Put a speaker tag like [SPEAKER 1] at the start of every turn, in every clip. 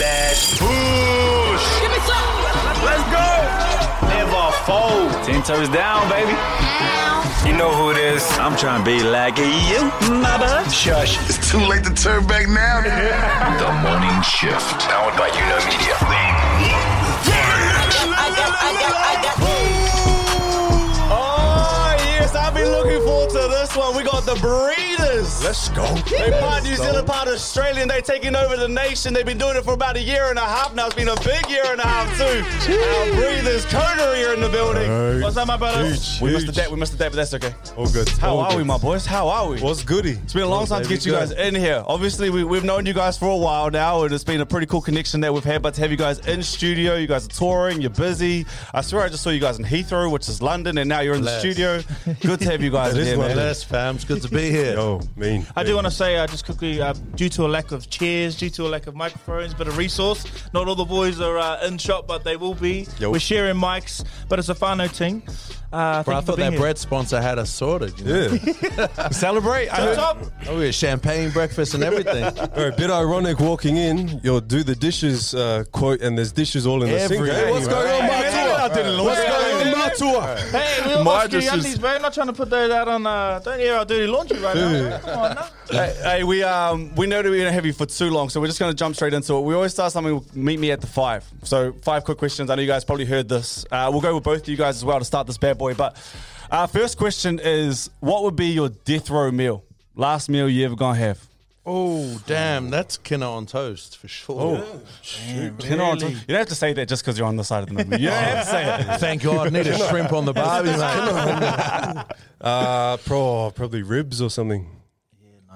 [SPEAKER 1] Let's push. Give me some. Let's go. Never fold.
[SPEAKER 2] Ten toes down, baby.
[SPEAKER 1] You know who it is.
[SPEAKER 2] I'm trying to be like you, mama.
[SPEAKER 1] Shush.
[SPEAKER 3] It's too late to turn back now. the morning shift, powered by Unimedia.
[SPEAKER 4] Oh, yes, I've been looking forward to this one. We got the Breeders.
[SPEAKER 3] Let's go.
[SPEAKER 4] They part New Zealand, part Australian. They taking over the nation. They've been doing it for about a year and a half now. It's been a big year and a half too. Our breathers, Coterie are in the building.
[SPEAKER 5] Right.
[SPEAKER 4] What's up, my brother?
[SPEAKER 5] Huge,
[SPEAKER 4] we missed the
[SPEAKER 5] huge.
[SPEAKER 4] date. We missed the date, but that's okay.
[SPEAKER 5] All good.
[SPEAKER 4] How
[SPEAKER 5] All
[SPEAKER 4] are
[SPEAKER 5] good.
[SPEAKER 4] we, my boys? How are we?
[SPEAKER 5] What's goody?
[SPEAKER 4] Oh, It's been a long time to get you guys in here. Obviously, we, we've known you guys for a while now, and it's been a pretty cool connection that we've had. But to have you guys in studio, you guys are touring, you're busy. I swear I just saw you guys in Heathrow, which is London, and now you're in
[SPEAKER 6] Bless.
[SPEAKER 4] the studio. Good to have you guys
[SPEAKER 6] It is
[SPEAKER 4] here,
[SPEAKER 6] what
[SPEAKER 4] man.
[SPEAKER 6] it is, fam. It's good to be here.
[SPEAKER 5] Oh, mean.
[SPEAKER 7] I do want to say, uh, just quickly, uh, due to a lack of chairs, due to a lack of microphones, but a resource, not all the boys are uh, in shop, but they will be.
[SPEAKER 5] Yo.
[SPEAKER 7] We're sharing mics, but it's a whānau ting. Uh,
[SPEAKER 6] Bro, I
[SPEAKER 7] thank you for
[SPEAKER 6] thought
[SPEAKER 7] being
[SPEAKER 6] that
[SPEAKER 7] here.
[SPEAKER 6] bread sponsor had us sorted. You know?
[SPEAKER 5] Yeah.
[SPEAKER 4] Celebrate. I heard-
[SPEAKER 7] Top.
[SPEAKER 6] Oh, yeah, champagne breakfast and everything.
[SPEAKER 5] All right, bit ironic walking in, you'll do the dishes uh, quote, and there's dishes all in the sink.
[SPEAKER 6] Everything.
[SPEAKER 5] Hey, what's going on,
[SPEAKER 4] Hey, man, I
[SPEAKER 5] Matua?
[SPEAKER 4] didn't look
[SPEAKER 5] What's
[SPEAKER 4] at it.
[SPEAKER 5] going on, Matua?
[SPEAKER 7] Hey, we all
[SPEAKER 5] My
[SPEAKER 7] got
[SPEAKER 5] dishes.
[SPEAKER 7] scary bro. Not trying to put those out on, uh, don't air our dirty laundry right now. Come on, nah.
[SPEAKER 4] hey, hey, we um we know that we don't have you for too long, so we're just gonna jump straight into it. We always start something. with Meet me at the five. So five quick questions. I know you guys probably heard this. Uh, we'll go with both of you guys as well to start this bad boy. But our first question is, what would be your death row meal? Last meal you ever gonna have?
[SPEAKER 6] oh, damn. That's Kinna on toast for sure.
[SPEAKER 4] You, know, you don't have to say that just because you're on the side of the movie. You don't have to say it.
[SPEAKER 6] Thank God. Need a shrimp on the barbie, mate.
[SPEAKER 5] Uh, pro, probably ribs or something.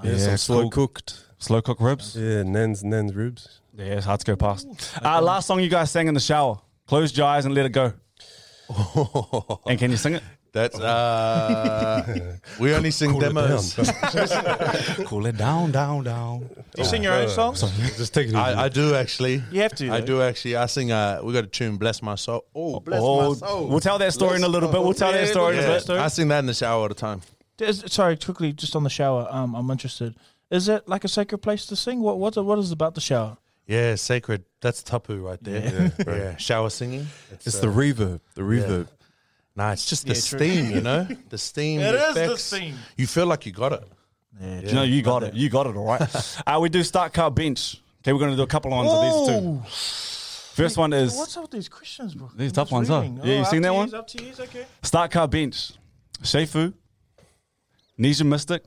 [SPEAKER 5] Yeah, some slow cooked.
[SPEAKER 4] Slow cook ribs. Yeah,
[SPEAKER 5] Yeah, Nan's Nan's ribs.
[SPEAKER 4] it's hard to go past. Uh, last song you guys sang in the shower. Close your eyes and let it go. and can you sing it?
[SPEAKER 6] That's, uh, we only sing
[SPEAKER 5] Cool it
[SPEAKER 6] demos.
[SPEAKER 5] down.
[SPEAKER 4] Cool it down, down, down.
[SPEAKER 7] Do you sing your
[SPEAKER 4] Uh,
[SPEAKER 7] own songs?
[SPEAKER 5] Just take it easy.
[SPEAKER 6] I, I do actually.
[SPEAKER 7] You have to,
[SPEAKER 6] I
[SPEAKER 7] though.
[SPEAKER 6] do actually. I sing, uh, we got a tune, Bless My Soul. Oh, Bless
[SPEAKER 4] Oh,
[SPEAKER 6] My Soul.
[SPEAKER 4] we'll tell that story in a little bit. We'll tell that story in a
[SPEAKER 6] Yeah,
[SPEAKER 4] bit.
[SPEAKER 6] I sing that in the shower all the time.
[SPEAKER 7] Is- sorry, quickly, just on the shower. Um, I'm interested. Is it like a sacred place to sing? What what what is about the shower?
[SPEAKER 6] Yeah, sacred. That's tapu right there. Yeah, shower singing. uh,
[SPEAKER 5] it's the reverb. The reverb.
[SPEAKER 6] Nah, it's just the steam, you know? The steam.
[SPEAKER 7] It is the
[SPEAKER 6] effects.
[SPEAKER 7] steam.
[SPEAKER 6] You feel like you got it.
[SPEAKER 4] No, you got it. You got it. All right. uh, we do start car bench. Okay, we're going to do a couple lines of these two. First one is
[SPEAKER 7] What's up with these questions, bro?
[SPEAKER 4] These
[SPEAKER 7] I'm
[SPEAKER 4] tough
[SPEAKER 7] just
[SPEAKER 4] ones, huh?
[SPEAKER 7] reading. Oh,
[SPEAKER 4] Yeah, you
[SPEAKER 7] up
[SPEAKER 4] seen
[SPEAKER 7] to
[SPEAKER 4] that
[SPEAKER 7] yous,
[SPEAKER 4] one?
[SPEAKER 7] Up to yous, okay.
[SPEAKER 4] start car bench. Shefu, Nisha Mystic,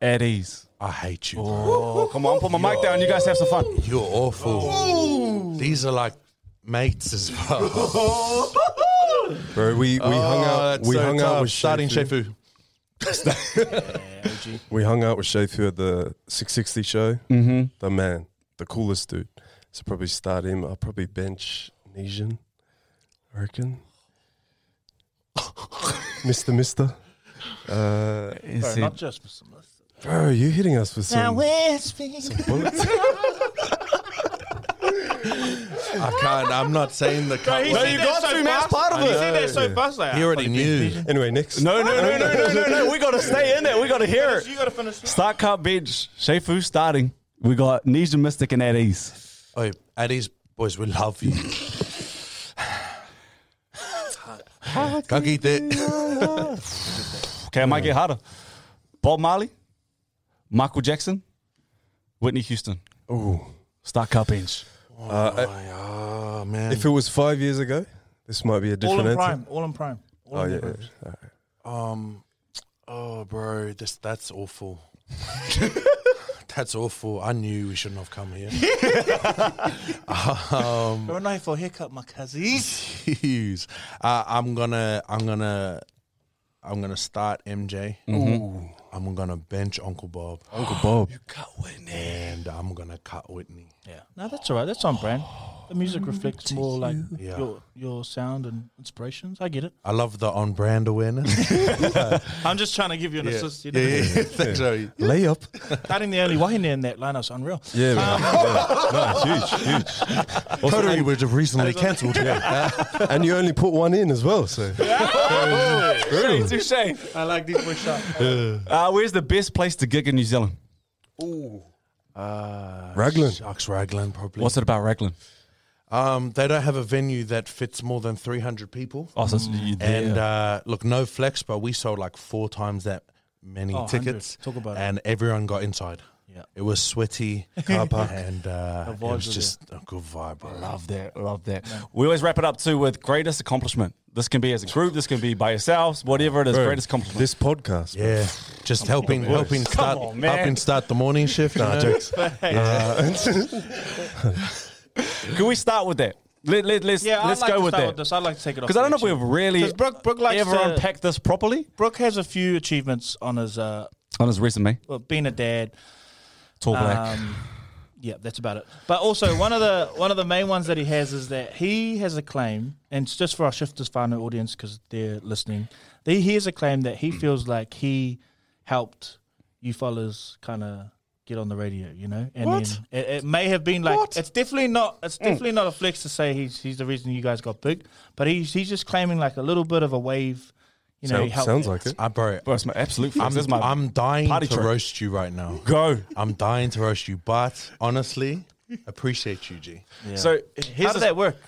[SPEAKER 4] at ease.
[SPEAKER 6] I hate you.
[SPEAKER 4] Oh, come on, put my mic down. You guys have some fun.
[SPEAKER 6] You're awful.
[SPEAKER 7] Oh.
[SPEAKER 6] These are like mates as well. Oh,
[SPEAKER 5] Bro, we, we hung out. We hung out with
[SPEAKER 6] starting
[SPEAKER 5] Shafu.
[SPEAKER 6] Shefu.
[SPEAKER 5] We hung out with Shafu at the 660 show. Mm-hmm. The man, the coolest dude. So probably start him. I'll probably bench Nesian, I reckon. Mister, Mister. Uh,
[SPEAKER 7] Not just Mr. Smith.
[SPEAKER 5] bro, you hitting us with some bullets.
[SPEAKER 6] I can't. I'm not saying the cut.
[SPEAKER 7] he
[SPEAKER 4] No,
[SPEAKER 7] said
[SPEAKER 4] you
[SPEAKER 7] that
[SPEAKER 4] got
[SPEAKER 7] so
[SPEAKER 4] to, man. It's
[SPEAKER 7] fast.
[SPEAKER 4] part of
[SPEAKER 7] He
[SPEAKER 4] it.
[SPEAKER 7] said that so fast, like,
[SPEAKER 6] He already knew.
[SPEAKER 5] anyway, next.
[SPEAKER 4] No, no, no, no, no, no, no. We got to stay in it. We got to hear it.
[SPEAKER 7] You gotta finish. this.
[SPEAKER 4] Start car bench. Shefu starting. We got Nisha Mystic and at ease.
[SPEAKER 6] Oh, Addy's boys, we love you. Can't eat that.
[SPEAKER 4] Okay, I might get harder. Bob Marley, Michael Jackson, Whitney Houston.
[SPEAKER 5] Ooh.
[SPEAKER 4] Start car bench.
[SPEAKER 6] Oh man.
[SPEAKER 5] If it was five years ago, this might be a
[SPEAKER 7] All
[SPEAKER 5] different
[SPEAKER 7] in
[SPEAKER 5] answer.
[SPEAKER 7] prime. All in prime. All
[SPEAKER 5] Oh
[SPEAKER 7] in
[SPEAKER 5] yeah.
[SPEAKER 7] prime.
[SPEAKER 5] All right.
[SPEAKER 6] Um, oh, bro, this that's awful. that's awful. I knew we shouldn't have come here.
[SPEAKER 7] We're not here for a haircut, my cousins.
[SPEAKER 6] Jeez. Uh, I'm gonna, I'm gonna, I'm gonna start MJ. Mm-hmm. Ooh. I'm gonna bench Uncle Bob,
[SPEAKER 5] Uncle Bob.
[SPEAKER 6] and I'm gonna cut Whitney.
[SPEAKER 7] Yeah. No, that's all right. That's on brand. The music reflects more like
[SPEAKER 6] Yeah.
[SPEAKER 7] your your sound and inspirations. I get it.
[SPEAKER 6] I love the on brand awareness.
[SPEAKER 7] I'm just trying to give you an
[SPEAKER 6] yeah,
[SPEAKER 7] assist. You know?
[SPEAKER 6] yeah, yeah. Thanks, Joey.
[SPEAKER 5] Layup.
[SPEAKER 7] Cutting the early wahine in that line was unreal.
[SPEAKER 5] Yeah, man. yeah. No, huge, huge.
[SPEAKER 6] Um, Totally was recently cancelled.
[SPEAKER 5] And you only put one in as well, so.
[SPEAKER 4] Touche, touche.
[SPEAKER 7] I like this push up.
[SPEAKER 4] Uh, where's the best place to gig in New Zealand?
[SPEAKER 8] Raglan.
[SPEAKER 6] Sharks Raglan probably.
[SPEAKER 4] What's it about Raglan?
[SPEAKER 6] Um, they don't have a venue that fits more than 300 people.
[SPEAKER 4] Oh, so it's you there.
[SPEAKER 6] And uh, look, no flex, but we sold like four times that many
[SPEAKER 7] Oh, 100.
[SPEAKER 6] tickets.
[SPEAKER 7] Talk about it.
[SPEAKER 6] and everyone got inside.
[SPEAKER 7] Yeah.
[SPEAKER 6] It was sweaty, car park, and uh, it
[SPEAKER 7] vibes
[SPEAKER 6] was
[SPEAKER 7] were
[SPEAKER 6] just a good vibe, bro.
[SPEAKER 4] Love that. Love that. We always wrap it up too with greatest accomplishment. This can be as a group. This can be by yourselves. Whatever it is, greatest accomplishment.
[SPEAKER 8] This podcast. bro.
[SPEAKER 6] Yeah, just helping, helping start,
[SPEAKER 4] on, man.
[SPEAKER 6] helping start the morning shift. Nah, jokes.
[SPEAKER 4] can we start with that? Let, let, let's
[SPEAKER 7] Yeah,
[SPEAKER 4] let's
[SPEAKER 7] I'd like
[SPEAKER 4] go
[SPEAKER 7] to
[SPEAKER 4] with
[SPEAKER 7] start
[SPEAKER 4] that
[SPEAKER 7] with this. I'd like to take it off.
[SPEAKER 4] because I don't know if
[SPEAKER 7] the
[SPEAKER 4] we've really
[SPEAKER 7] 'Cause Brooke- Brooke likes
[SPEAKER 4] ever
[SPEAKER 7] to-
[SPEAKER 4] unpacked this properly
[SPEAKER 7] Brooke has a few achievements on his uh,
[SPEAKER 4] on his resume.
[SPEAKER 7] well, being a dad.
[SPEAKER 4] Tall black.
[SPEAKER 7] Um, yeah, that's about it. But also one of the one of the main ones that he has is that he has a claim, and it's just for our shifters final audience because they're listening. that He has a claim that he feels like he helped you fellas kind of get on the radio, you know. And then it, it may have been like it's definitely not it's
[SPEAKER 8] Mm.
[SPEAKER 7] definitely not a flex to say he's he's the reason you guys got big, but he's he's just claiming like a little bit of a wave. You know,
[SPEAKER 8] Sound-
[SPEAKER 7] he helped
[SPEAKER 8] sounds like it.
[SPEAKER 6] I bro,
[SPEAKER 4] Bro, it's my absolute. I'm,
[SPEAKER 6] I'm,
[SPEAKER 4] this is my
[SPEAKER 6] I'm dying
[SPEAKER 4] party
[SPEAKER 6] to
[SPEAKER 4] trick.
[SPEAKER 6] roast you right now.
[SPEAKER 4] go.
[SPEAKER 6] I'm dying to roast you, but honestly, appreciate you, G.
[SPEAKER 4] So
[SPEAKER 7] How
[SPEAKER 4] here's
[SPEAKER 7] does
[SPEAKER 4] the-
[SPEAKER 7] that work?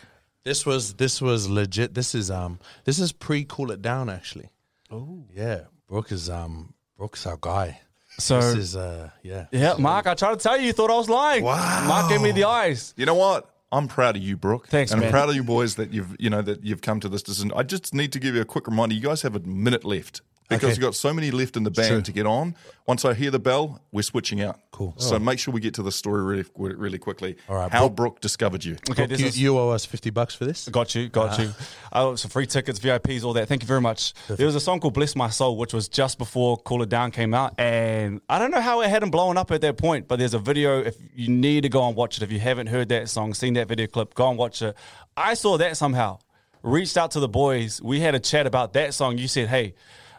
[SPEAKER 6] This was this was legit. This is um this is pre cool it down actually. Oh yeah, Brooke is um Brooke's our guy.
[SPEAKER 4] So
[SPEAKER 6] This is uh yeah.
[SPEAKER 4] yeah, Mark, I tried to tell you, you thought I was lying.
[SPEAKER 9] Wow.
[SPEAKER 4] Mark gave me the eyes.
[SPEAKER 9] You know what? I'm proud of you, Brooke.
[SPEAKER 4] Thanks,
[SPEAKER 9] and
[SPEAKER 4] man.
[SPEAKER 9] I'm proud of you boys that you've you know that you've come to this decision. I just need to give you a quick reminder. You guys have a minute left because
[SPEAKER 6] Okay.
[SPEAKER 9] we've got so many left in the band to get on. Once I hear the bell, we're switching out. Cool. So make sure we get to the story really really quickly. All
[SPEAKER 6] right,
[SPEAKER 9] How Brooke, discovered you.
[SPEAKER 4] Okay,
[SPEAKER 6] Brooke,
[SPEAKER 4] this
[SPEAKER 6] you,
[SPEAKER 4] is-
[SPEAKER 6] you owe us fifty bucks for this.
[SPEAKER 4] Got you, got you. Oh, so free tickets, VIPs, all that. Thank you very much. There was a song called "Bless My Soul," which was just before "Cool It Down" came out, and I don't know how it hadn't blown up at that point. But there's a video. If you need to go and watch it, if you haven't heard that song, seen that video clip, go and watch it. I saw that somehow. Reached out to the boys. We had a chat about that song. You said, "Hey,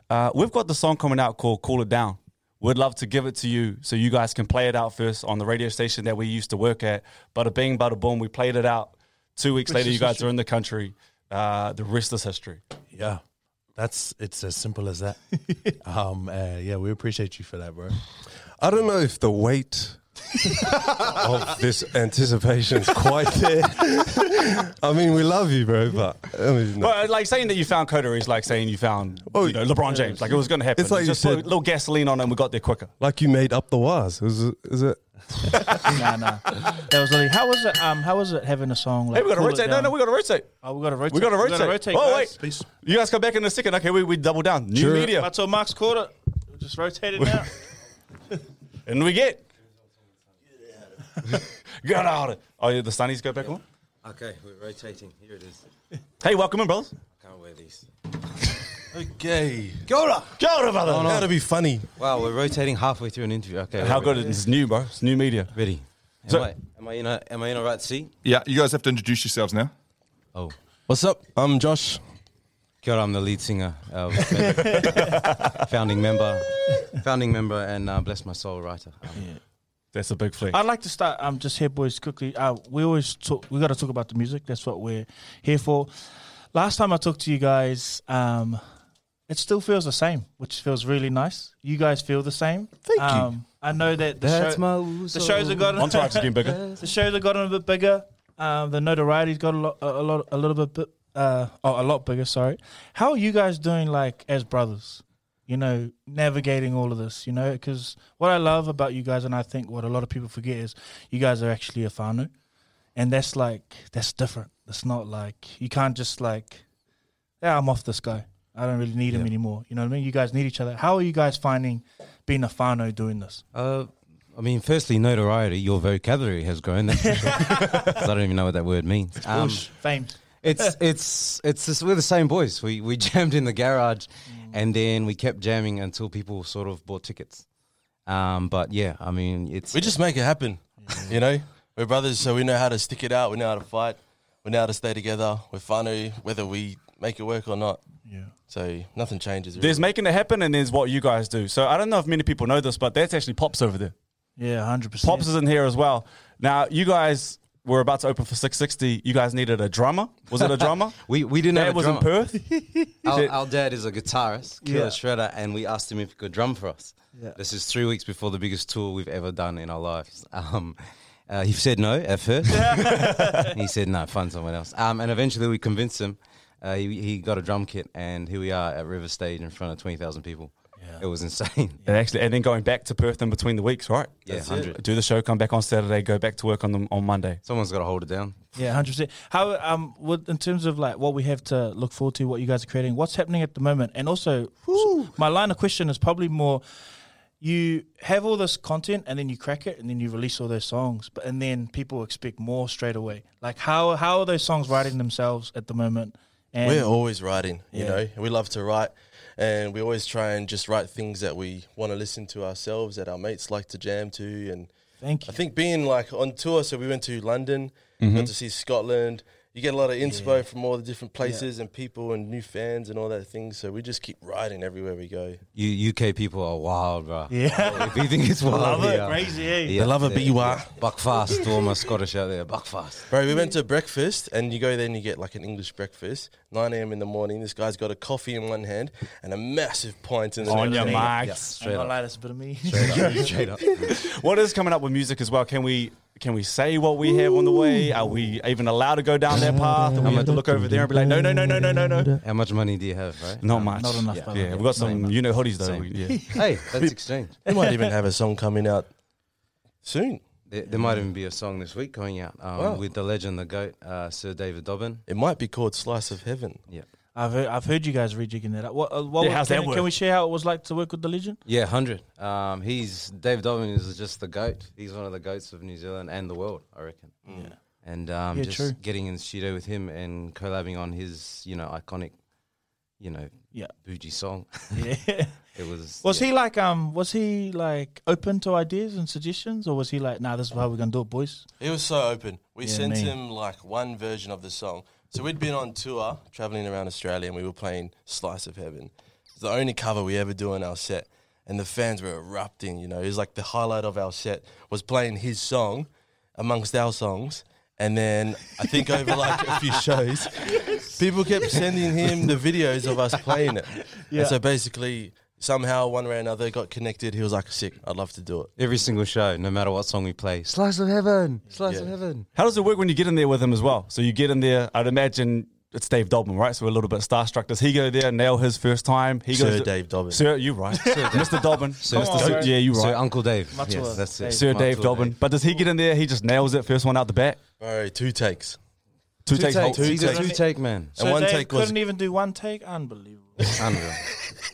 [SPEAKER 4] uh, we've got the song coming out called Cool It Down." We'd love to give it to you so you guys can play it out first on the radio station that we used to work at. Bada bing, bada boom. We played it out. Two weeks later, you guys are in the country. Uh, the rest is history.
[SPEAKER 6] Yeah. That's it's as simple as that. um uh, yeah, we appreciate you for that, bro.
[SPEAKER 8] I don't know if the weight of this anticipation is quite there. I mean, we love you, bro, but I mean, no.
[SPEAKER 6] uh,
[SPEAKER 4] But uh, like saying that you found Coda is like saying you found
[SPEAKER 8] Oh,
[SPEAKER 4] you know, LeBron James. Like it was going to happen.
[SPEAKER 8] It's like
[SPEAKER 4] We
[SPEAKER 8] you
[SPEAKER 4] just put a
[SPEAKER 8] said-
[SPEAKER 4] little gasoline on it and we got there quicker.
[SPEAKER 8] like you made up the wires. Is it? Is it
[SPEAKER 7] nah, nah. That was really, how was it? Um, how was it having a song? Like,
[SPEAKER 4] Hey, we got to
[SPEAKER 7] Cool It
[SPEAKER 4] rotate. No,
[SPEAKER 7] Down?
[SPEAKER 4] no, we got to rotate.
[SPEAKER 7] Oh, we got to rotate.
[SPEAKER 4] We got to rotate.
[SPEAKER 7] gotta
[SPEAKER 4] oh,
[SPEAKER 7] guys.
[SPEAKER 4] wait. You guys come back in a second. Okay, we, we double down. New media.
[SPEAKER 7] That's all Mark's caught it. We'll Just rotate it now.
[SPEAKER 4] And we get. Get out of it. Oh, yeah, the sunnies go back on?
[SPEAKER 1] Okay, we're rotating. Here it is.
[SPEAKER 4] Hey, welcome in, brothers.
[SPEAKER 1] Can't wear these.
[SPEAKER 8] okay?
[SPEAKER 4] Get out of
[SPEAKER 8] I gotta be funny.
[SPEAKER 1] Wow, Oh, we're rotating halfway through an interview. Okay.
[SPEAKER 4] How
[SPEAKER 1] wait,
[SPEAKER 4] good it is new, bro. It's new media.
[SPEAKER 1] wait. Ready. Am,
[SPEAKER 4] So-
[SPEAKER 1] I, am, I in a, am I in a right seat?
[SPEAKER 9] Yeah, you guys have to introduce yourselves now.
[SPEAKER 1] Oh.
[SPEAKER 8] What's up? I'm Josh.
[SPEAKER 1] Kia ora, I'm the lead singer, uh, member- founding member, founding member, and uh, bless my soul writer. Um,
[SPEAKER 4] That's a big flick.
[SPEAKER 7] I'd like to start um, just here, boys, quickly. Uh, we always talk, we got to talk about the music. That's what we're here for. Last time I talked to you guys, um, it still feels the same, which feels really nice. You guys feel the same. Thank um, you. I know that the,
[SPEAKER 1] That's
[SPEAKER 7] show-
[SPEAKER 1] my
[SPEAKER 7] the shows have gotten
[SPEAKER 4] Entourage is getting bigger.
[SPEAKER 7] the shows have gotten a bit bigger. Um, the notoriety's got a lot, a, a lot, a little bit, bi- uh, oh, a lot bigger. Sorry. How are you guys doing, like as brothers? You know, navigating all of this. You know, because what I love about you guys, and I think what a lot of people forget is, you guys are actually a whānau, and that's like that's different. It's not like you can't just like, yeah, I'm off this guy. I don't really need him anymore. You know what I mean? You guys need each other. How are you guys finding being a whānau doing this?
[SPEAKER 1] Uh, I mean, firstly, notoriety. Your vocabulary has grown. That's for sure. 'Cause I don't even know what that word means. Um,
[SPEAKER 7] Fame.
[SPEAKER 1] it's it's it's this, we're the same boys. We we jammed in the garage, and then we kept jamming until people sort of bought tickets. Um, but yeah, I mean, it's
[SPEAKER 5] We just make it happen, you know. We're brothers, so we know how to stick it out. We know how to fight. We know how to stay together. We're funny, whether we make it work or not.
[SPEAKER 7] Yeah.
[SPEAKER 5] So nothing changes. Really.
[SPEAKER 4] There's making it happen, and there's what you guys do. So I don't know if many people know this, but that's actually Pops over there.
[SPEAKER 7] Yeah, hundred percent.
[SPEAKER 4] Pops is in here as well. Now you guys we're about to open for 660. You guys needed a drummer. Was it a drummer?
[SPEAKER 1] We we didn't
[SPEAKER 4] Dad
[SPEAKER 1] have a
[SPEAKER 4] was
[SPEAKER 1] drummer.
[SPEAKER 4] in Perth.
[SPEAKER 1] Our, our dad is a guitarist, killer
[SPEAKER 7] Yeah.
[SPEAKER 1] shredder, and we asked him if he could drum for us.
[SPEAKER 7] Yeah.
[SPEAKER 1] This is three weeks before the biggest tour we've ever done in our lives. Um, uh, he said no at first. he said no, find someone else. Um, and eventually we convinced him. Uh, he, he got a drum kit, and here we are at River Stage in front of twenty thousand people. It was insane.
[SPEAKER 4] And actually, and then going back to Perth in between the weeks, right?
[SPEAKER 1] Yeah, That's it. 100.
[SPEAKER 4] Do the show, come back on Saturday, go back to work on them on Monday.
[SPEAKER 1] Someone's got to hold it down.
[SPEAKER 7] Yeah, hundred percent. How um, what in terms of like what we have to look forward to, what you guys are creating, what's happening at the moment, and also so my line of question is probably more: you have all this content, and then you crack it, and then you release all those songs, but and then people expect more straight away. Like how how are those songs writing themselves at the moment? And
[SPEAKER 5] We're always writing, you
[SPEAKER 7] Yeah.
[SPEAKER 5] know. We love to write, and we always try and just write things that we want to listen to ourselves, that our mates like to jam to, and
[SPEAKER 7] thank
[SPEAKER 5] I
[SPEAKER 7] you.
[SPEAKER 5] think being like on tour, so we went to London,
[SPEAKER 7] Mm-hmm.
[SPEAKER 5] got to see Scotland. You get a lot of inspo from all the different places and people and new fans and all that thing. So we just keep riding everywhere we go.
[SPEAKER 1] You UK people are wild, bro.
[SPEAKER 7] yeah,
[SPEAKER 1] If you think it's wild,
[SPEAKER 7] love it,
[SPEAKER 1] yeah.
[SPEAKER 7] crazy. eh?
[SPEAKER 1] Yeah,
[SPEAKER 5] They love a
[SPEAKER 1] yeah,
[SPEAKER 5] biwa.
[SPEAKER 1] yeah. Buck fast to all my Scottish out there. Buck fast.
[SPEAKER 5] Bro, we went to breakfast, and you go there and you get like an English breakfast, 9 a.m. in the morning. This guy's got a coffee in one hand and a massive pint in the
[SPEAKER 4] On
[SPEAKER 5] other
[SPEAKER 4] your
[SPEAKER 5] hand.
[SPEAKER 4] marks.
[SPEAKER 7] I'm not lie, that's a bit of me.
[SPEAKER 1] Straight up.
[SPEAKER 4] What is coming up with music as well? Can we can we say what we have on the way? Are we even allowed to go down that path? And we have to look over there and be like, no, no, no, no, no, no, no.
[SPEAKER 1] How much money do you have, right?
[SPEAKER 4] Not much.
[SPEAKER 7] not enough,
[SPEAKER 4] Yeah,
[SPEAKER 7] brother.
[SPEAKER 4] yeah. we've got some, you know, hoodies though.
[SPEAKER 1] Same.
[SPEAKER 4] We- Yeah.
[SPEAKER 1] Hey, that's exchange.
[SPEAKER 5] They might even have a song coming out soon.
[SPEAKER 1] There, there might even be a song this week going out um, with the legend, the goat, uh, Sir David Dobbin.
[SPEAKER 5] It might be called Slice of Heaven.
[SPEAKER 7] I've heard, I've heard you guys rejigging that. Up. What, uh, what
[SPEAKER 4] Yeah,
[SPEAKER 7] was-
[SPEAKER 4] how's that
[SPEAKER 7] can,
[SPEAKER 4] work?
[SPEAKER 7] can we share how it was like to work with the legend?
[SPEAKER 1] Yeah, hundred. Um, he's David Dobbin is just the goat. He's one of the goats of New Zealand and the world, I reckon. Yeah. And um,
[SPEAKER 7] Yeah,
[SPEAKER 1] just
[SPEAKER 7] true.
[SPEAKER 1] getting in the studio with him and collabing on his, you know, iconic, you know,
[SPEAKER 7] Yeah.
[SPEAKER 1] bougie song.
[SPEAKER 7] Yeah.
[SPEAKER 1] It was.
[SPEAKER 7] Was
[SPEAKER 1] yeah.
[SPEAKER 7] he like um? Was he like open to ideas and suggestions, or was he like, "Nah, this is how we're gonna do it, boys"?
[SPEAKER 5] He was so open. We
[SPEAKER 7] Yeah,
[SPEAKER 5] sent
[SPEAKER 7] man.
[SPEAKER 5] him like one version of the song. So we'd been on tour, traveling around Australia, and we were playing Slice of Heaven. It's the only cover we ever do on our set. And the fans were erupting, you know. It was like the highlight of our set was playing his song amongst our songs. And then I think over like a few shows, people kept sending him the videos of us playing it. And so basically, somehow, one way or another, got connected. He was like, sick, I'd love to do it.
[SPEAKER 1] every single show, no matter what song we play? Slice of heaven, slice of
[SPEAKER 5] Yeah.
[SPEAKER 1] heaven.
[SPEAKER 4] How does it work when you get in there with him as well? So you get in there, I'd imagine it's Dave Dobbin, right? So we're a little bit starstruck. Does he go there, nail his first time? He
[SPEAKER 5] Sir
[SPEAKER 4] goes to-
[SPEAKER 5] Dave Dobbin.
[SPEAKER 4] Sir, you right. Mr. Dobbin.
[SPEAKER 1] Sir-
[SPEAKER 4] Mr.
[SPEAKER 1] Sir-
[SPEAKER 4] yeah, you right.
[SPEAKER 1] So Uncle Dave.
[SPEAKER 7] Matua.
[SPEAKER 1] Yes, that's it.
[SPEAKER 7] Dave.
[SPEAKER 4] Sir
[SPEAKER 1] Matua
[SPEAKER 4] Dave Dobbin. But does he get in there? He just nails it. First one out the bat.
[SPEAKER 5] Bro, two takes.
[SPEAKER 4] Two,
[SPEAKER 1] Two
[SPEAKER 4] takes.
[SPEAKER 1] takes.
[SPEAKER 4] Two.
[SPEAKER 1] He's a
[SPEAKER 5] takes.
[SPEAKER 1] two take man.
[SPEAKER 5] And one
[SPEAKER 7] they
[SPEAKER 5] take was
[SPEAKER 7] couldn't even do one take. Unbelievable.
[SPEAKER 1] Unreal.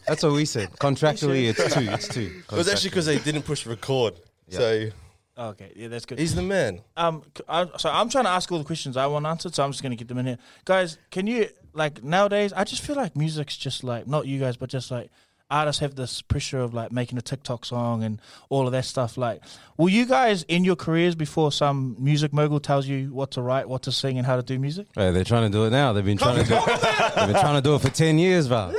[SPEAKER 1] That's what we said. Contractually, it's two. It's two.
[SPEAKER 5] It was actually because they didn't push record. So
[SPEAKER 7] okay, yeah, that's good.
[SPEAKER 5] he's the man.
[SPEAKER 7] um, c- I- so I'm trying to ask all the questions I want answered, so I'm just gonna get them in here, guys. Can you like nowadays? I just feel like music's just like not you guys, but just like artists have this pressure of like making a TikTok song and all of that stuff. Like, will you guys in your careers before some music mogul tells you what to write, what to sing, and how to do music?
[SPEAKER 1] Hey, they're trying to do it now. They've been trying to do it. They've been trying to do it for ten years, bro.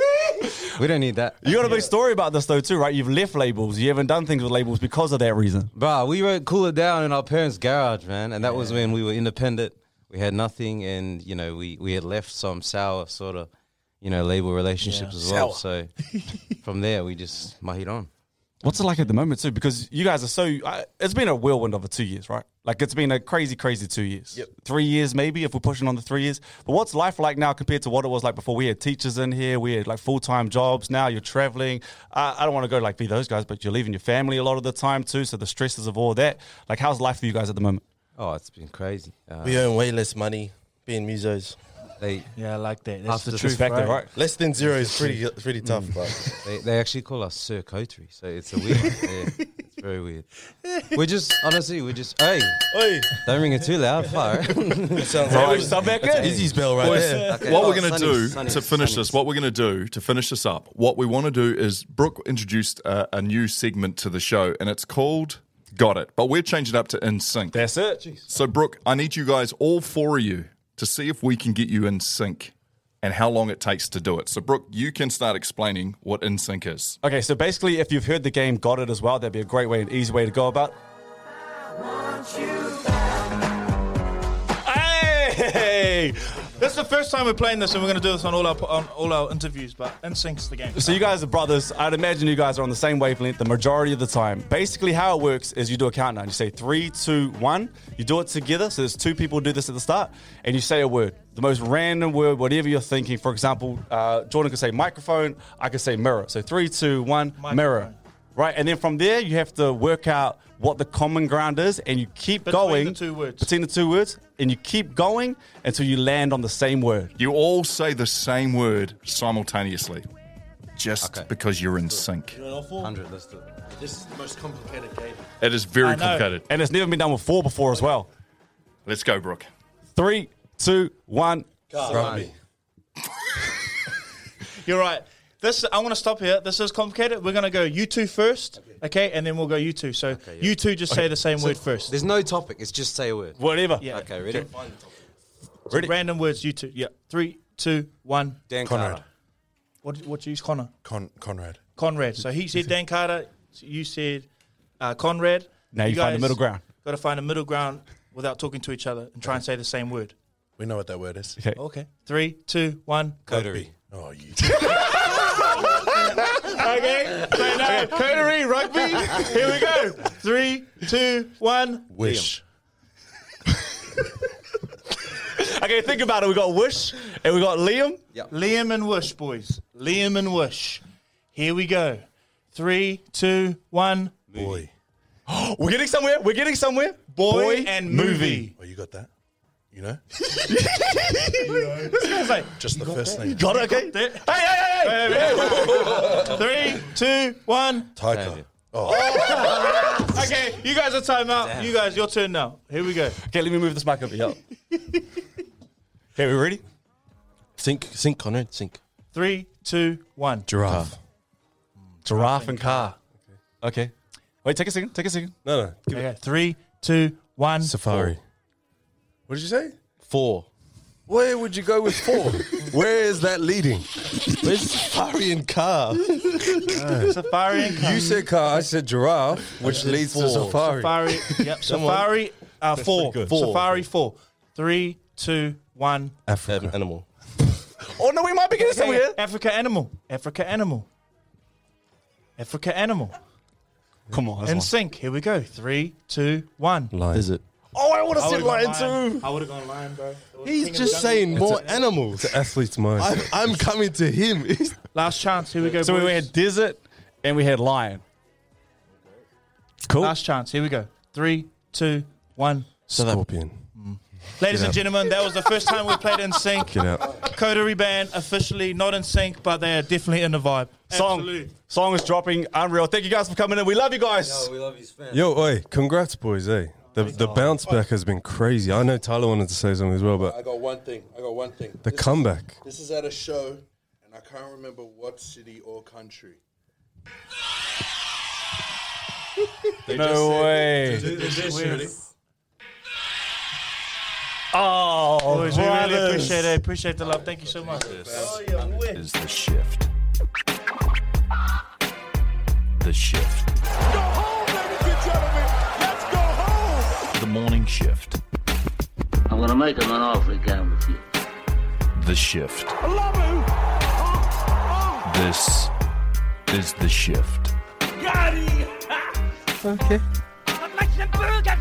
[SPEAKER 1] We don't need that,
[SPEAKER 4] You got a big story about this though too, right? You've left labels. You haven't done things with labels because of that reason.
[SPEAKER 1] bro. We wrote "Cool It Down" in our parents' garage, man, and that was when we were independent. We had nothing, and you know, we we had left some sour sort of, you know, label relationships as well. So from there, we just mahi on.
[SPEAKER 4] What's it like at the moment too? Because you guys are so. I, it's been a whirlwind of the two years, right? Like it's been a crazy, crazy two years.
[SPEAKER 5] Yep.
[SPEAKER 4] Three years maybe if we're pushing on the three years. But what's life like now compared to what it was like before? We had teachers in here. We had like full time jobs. Now you're traveling. I, I don't want to go like be those guys, but you're leaving your family a lot of the time too. So the stresses of all that. Like how's life for you guys at the moment?
[SPEAKER 1] Oh, it's been crazy. Uh,
[SPEAKER 5] We earn way less money being musos.
[SPEAKER 1] they
[SPEAKER 7] Yeah, I like that. That's
[SPEAKER 1] After
[SPEAKER 7] the
[SPEAKER 1] this
[SPEAKER 7] truth,
[SPEAKER 4] Factor,
[SPEAKER 7] right?
[SPEAKER 4] right?
[SPEAKER 5] Less than zero is pretty pretty tough, but
[SPEAKER 1] They, they actually call us Sir Coterie, so it's a weird one. Yeah, it's very weird. We're just, honestly, we're just, hey,
[SPEAKER 5] Oi,
[SPEAKER 1] don't ring it too loud. Fire.
[SPEAKER 5] it sounds like
[SPEAKER 4] back
[SPEAKER 5] That's Izzy's bell right there.
[SPEAKER 9] what
[SPEAKER 1] Oh,
[SPEAKER 6] Oh,
[SPEAKER 9] we're going to do to finish this, what we're going to do to finish this up, what we want to do is Brooke introduced a, a new segment to the show, and it's called Got It, but we're changing it up to In Sync.
[SPEAKER 4] That's it.
[SPEAKER 9] So, Brooke, I need you guys, all four of you, to see if we can get you in sync and how long it takes to do it. So, Brooke, you can start explaining what in sync is.
[SPEAKER 4] Okay, so basically, if you've heard the game Got It as well, that'd be a great way, an easy way to go about.
[SPEAKER 7] Hey, that's the first time we're playing this, and we're going to do this on all our on all our interviews. But Instinct's the game.
[SPEAKER 4] So you guys are brothers. I'd imagine you guys are on the same wavelength the majority of the time. Basically, how it works is you do a countdown. You say three, two, one. You do it together. So there's two people who do this at the start, and you say a word, the most random word, whatever you're thinking. For example, uh, Jordan could say microphone. I could say mirror. So three, two, one, mirror.
[SPEAKER 7] Microphone.
[SPEAKER 4] Right, and then from there you have to work out what the common ground is, and you keep
[SPEAKER 7] Between
[SPEAKER 4] going
[SPEAKER 7] the two words.
[SPEAKER 4] between the two words, and you keep going until you land on the same word.
[SPEAKER 9] You all say the same word simultaneously, just
[SPEAKER 1] Okay.
[SPEAKER 9] because you're in sync.
[SPEAKER 1] Hundred. Let's do it.
[SPEAKER 5] This is the most complicated game.
[SPEAKER 9] It is very
[SPEAKER 7] I know.
[SPEAKER 9] complicated.
[SPEAKER 4] And it's never been done with four before as well.
[SPEAKER 9] Let's go, Brooke.
[SPEAKER 4] Three, two, one.
[SPEAKER 1] Salami.
[SPEAKER 7] You're right. This I want to stop here. This is complicated. We're going to go you two first, okay, and then we'll go you two. So you two just say the same word first.
[SPEAKER 1] There's no topic. It's just say a word.
[SPEAKER 4] Whatever.
[SPEAKER 7] Yeah.
[SPEAKER 1] Okay, ready?
[SPEAKER 7] Ready? Random words. You two. Yeah. Three, two, one.
[SPEAKER 1] Dan
[SPEAKER 6] Conrad.
[SPEAKER 1] Carter.
[SPEAKER 7] What what you use Connor?
[SPEAKER 6] Con- Conrad.
[SPEAKER 7] Conrad. So he said Dan Carter. You said uh, Conrad.
[SPEAKER 4] Now you find the middle ground.
[SPEAKER 7] Got to find a middle ground without talking to each other and try and say the same word.
[SPEAKER 6] We know what that word is.
[SPEAKER 7] Okay. Three, two, one.
[SPEAKER 1] Coterie.
[SPEAKER 6] Oh, you.
[SPEAKER 7] Okay. So now, coterie rugby. Here we go. Three, two, one.
[SPEAKER 6] Wish.
[SPEAKER 4] Okay, think about it. We got Wish and we got Liam.
[SPEAKER 7] Liam and Wish, boys. Liam and Wish. Here we go. Three, two, one.
[SPEAKER 6] Boy.
[SPEAKER 4] We're getting somewhere. We're getting somewhere.
[SPEAKER 7] Boy, and movie.
[SPEAKER 6] Oh, you got that? You know?
[SPEAKER 7] This guy's like,
[SPEAKER 6] Just the first name.
[SPEAKER 4] Got it, okay?
[SPEAKER 7] that-
[SPEAKER 4] Hey, hey, hey, hey!
[SPEAKER 7] three, two, one.
[SPEAKER 6] Tiger. Oh,
[SPEAKER 7] Okay, you guys are time out. You guys, your turn now. Here we go.
[SPEAKER 4] Okay, let me move this mic over. Yep. okay, we ready?
[SPEAKER 5] Sink, sink, Conrad, sink.
[SPEAKER 7] Three, two, one.
[SPEAKER 8] Giraffe.
[SPEAKER 4] Giraffe and car. Okay. Wait, take a second. Take a second.
[SPEAKER 8] No, no. Give it.
[SPEAKER 7] Okay, three, two, one.
[SPEAKER 8] Safari. What did you say?
[SPEAKER 5] Four.
[SPEAKER 8] Where would you go with four? Where is that leading?
[SPEAKER 5] Where's Safari and Car?
[SPEAKER 7] Safari and car.
[SPEAKER 8] You said car, I said giraffe, which leads to safari.
[SPEAKER 7] Safari. Yep. Safari. Uh, four.
[SPEAKER 8] pretty good.
[SPEAKER 7] Four. Safari four. Three, two, one.
[SPEAKER 5] An animal.
[SPEAKER 4] Oh, no, we might be getting somewhere.
[SPEAKER 7] Africa animal. Africa animal. Africa animal.
[SPEAKER 4] Come on.
[SPEAKER 7] In sync. Here we go. Three, two, one.
[SPEAKER 5] Is it?
[SPEAKER 4] Oh, I want to
[SPEAKER 7] I
[SPEAKER 4] sit
[SPEAKER 7] would've gone
[SPEAKER 4] lion too.
[SPEAKER 7] I would have gone lion, bro.
[SPEAKER 5] He's just saying more animals.
[SPEAKER 8] Athlete's mind.
[SPEAKER 5] I'm, I'm coming to him.
[SPEAKER 7] Last chance. Here we go.
[SPEAKER 4] So we
[SPEAKER 7] boys.
[SPEAKER 4] had desert and we had lion. Cool.
[SPEAKER 7] Last chance. Here we go. Three, two, one.
[SPEAKER 8] Scorpion.
[SPEAKER 7] Ladies and gentlemen, that was the first time we played in sync.
[SPEAKER 8] Get out.
[SPEAKER 7] Coterie band officially not in sync, but they are definitely in the vibe.
[SPEAKER 4] Song.
[SPEAKER 7] Absolutely.
[SPEAKER 4] Song is dropping. Unreal. Thank you guys for coming in. We love you guys.
[SPEAKER 1] we love you, fam.
[SPEAKER 8] Yo, oi, congrats, boys, eh? The, the bounce back has been crazy. I know Tyler wanted to say something as well, but
[SPEAKER 10] got one thing. I got one thing.
[SPEAKER 8] the comeback.
[SPEAKER 10] This is at a show, and I can't remember what city or country.
[SPEAKER 4] No way. Oh,
[SPEAKER 7] Boys, we really appreciate it. Appreciate the love. Thank you so much. Oh, you're wicked.
[SPEAKER 2] Is the shift. The shift. Go home, ladies and gentlemen. Let's go home. The morning shift.
[SPEAKER 11] I'm gonna make him an offer again with you.
[SPEAKER 2] The shift. This is the shift.
[SPEAKER 12] I'd like some burgers,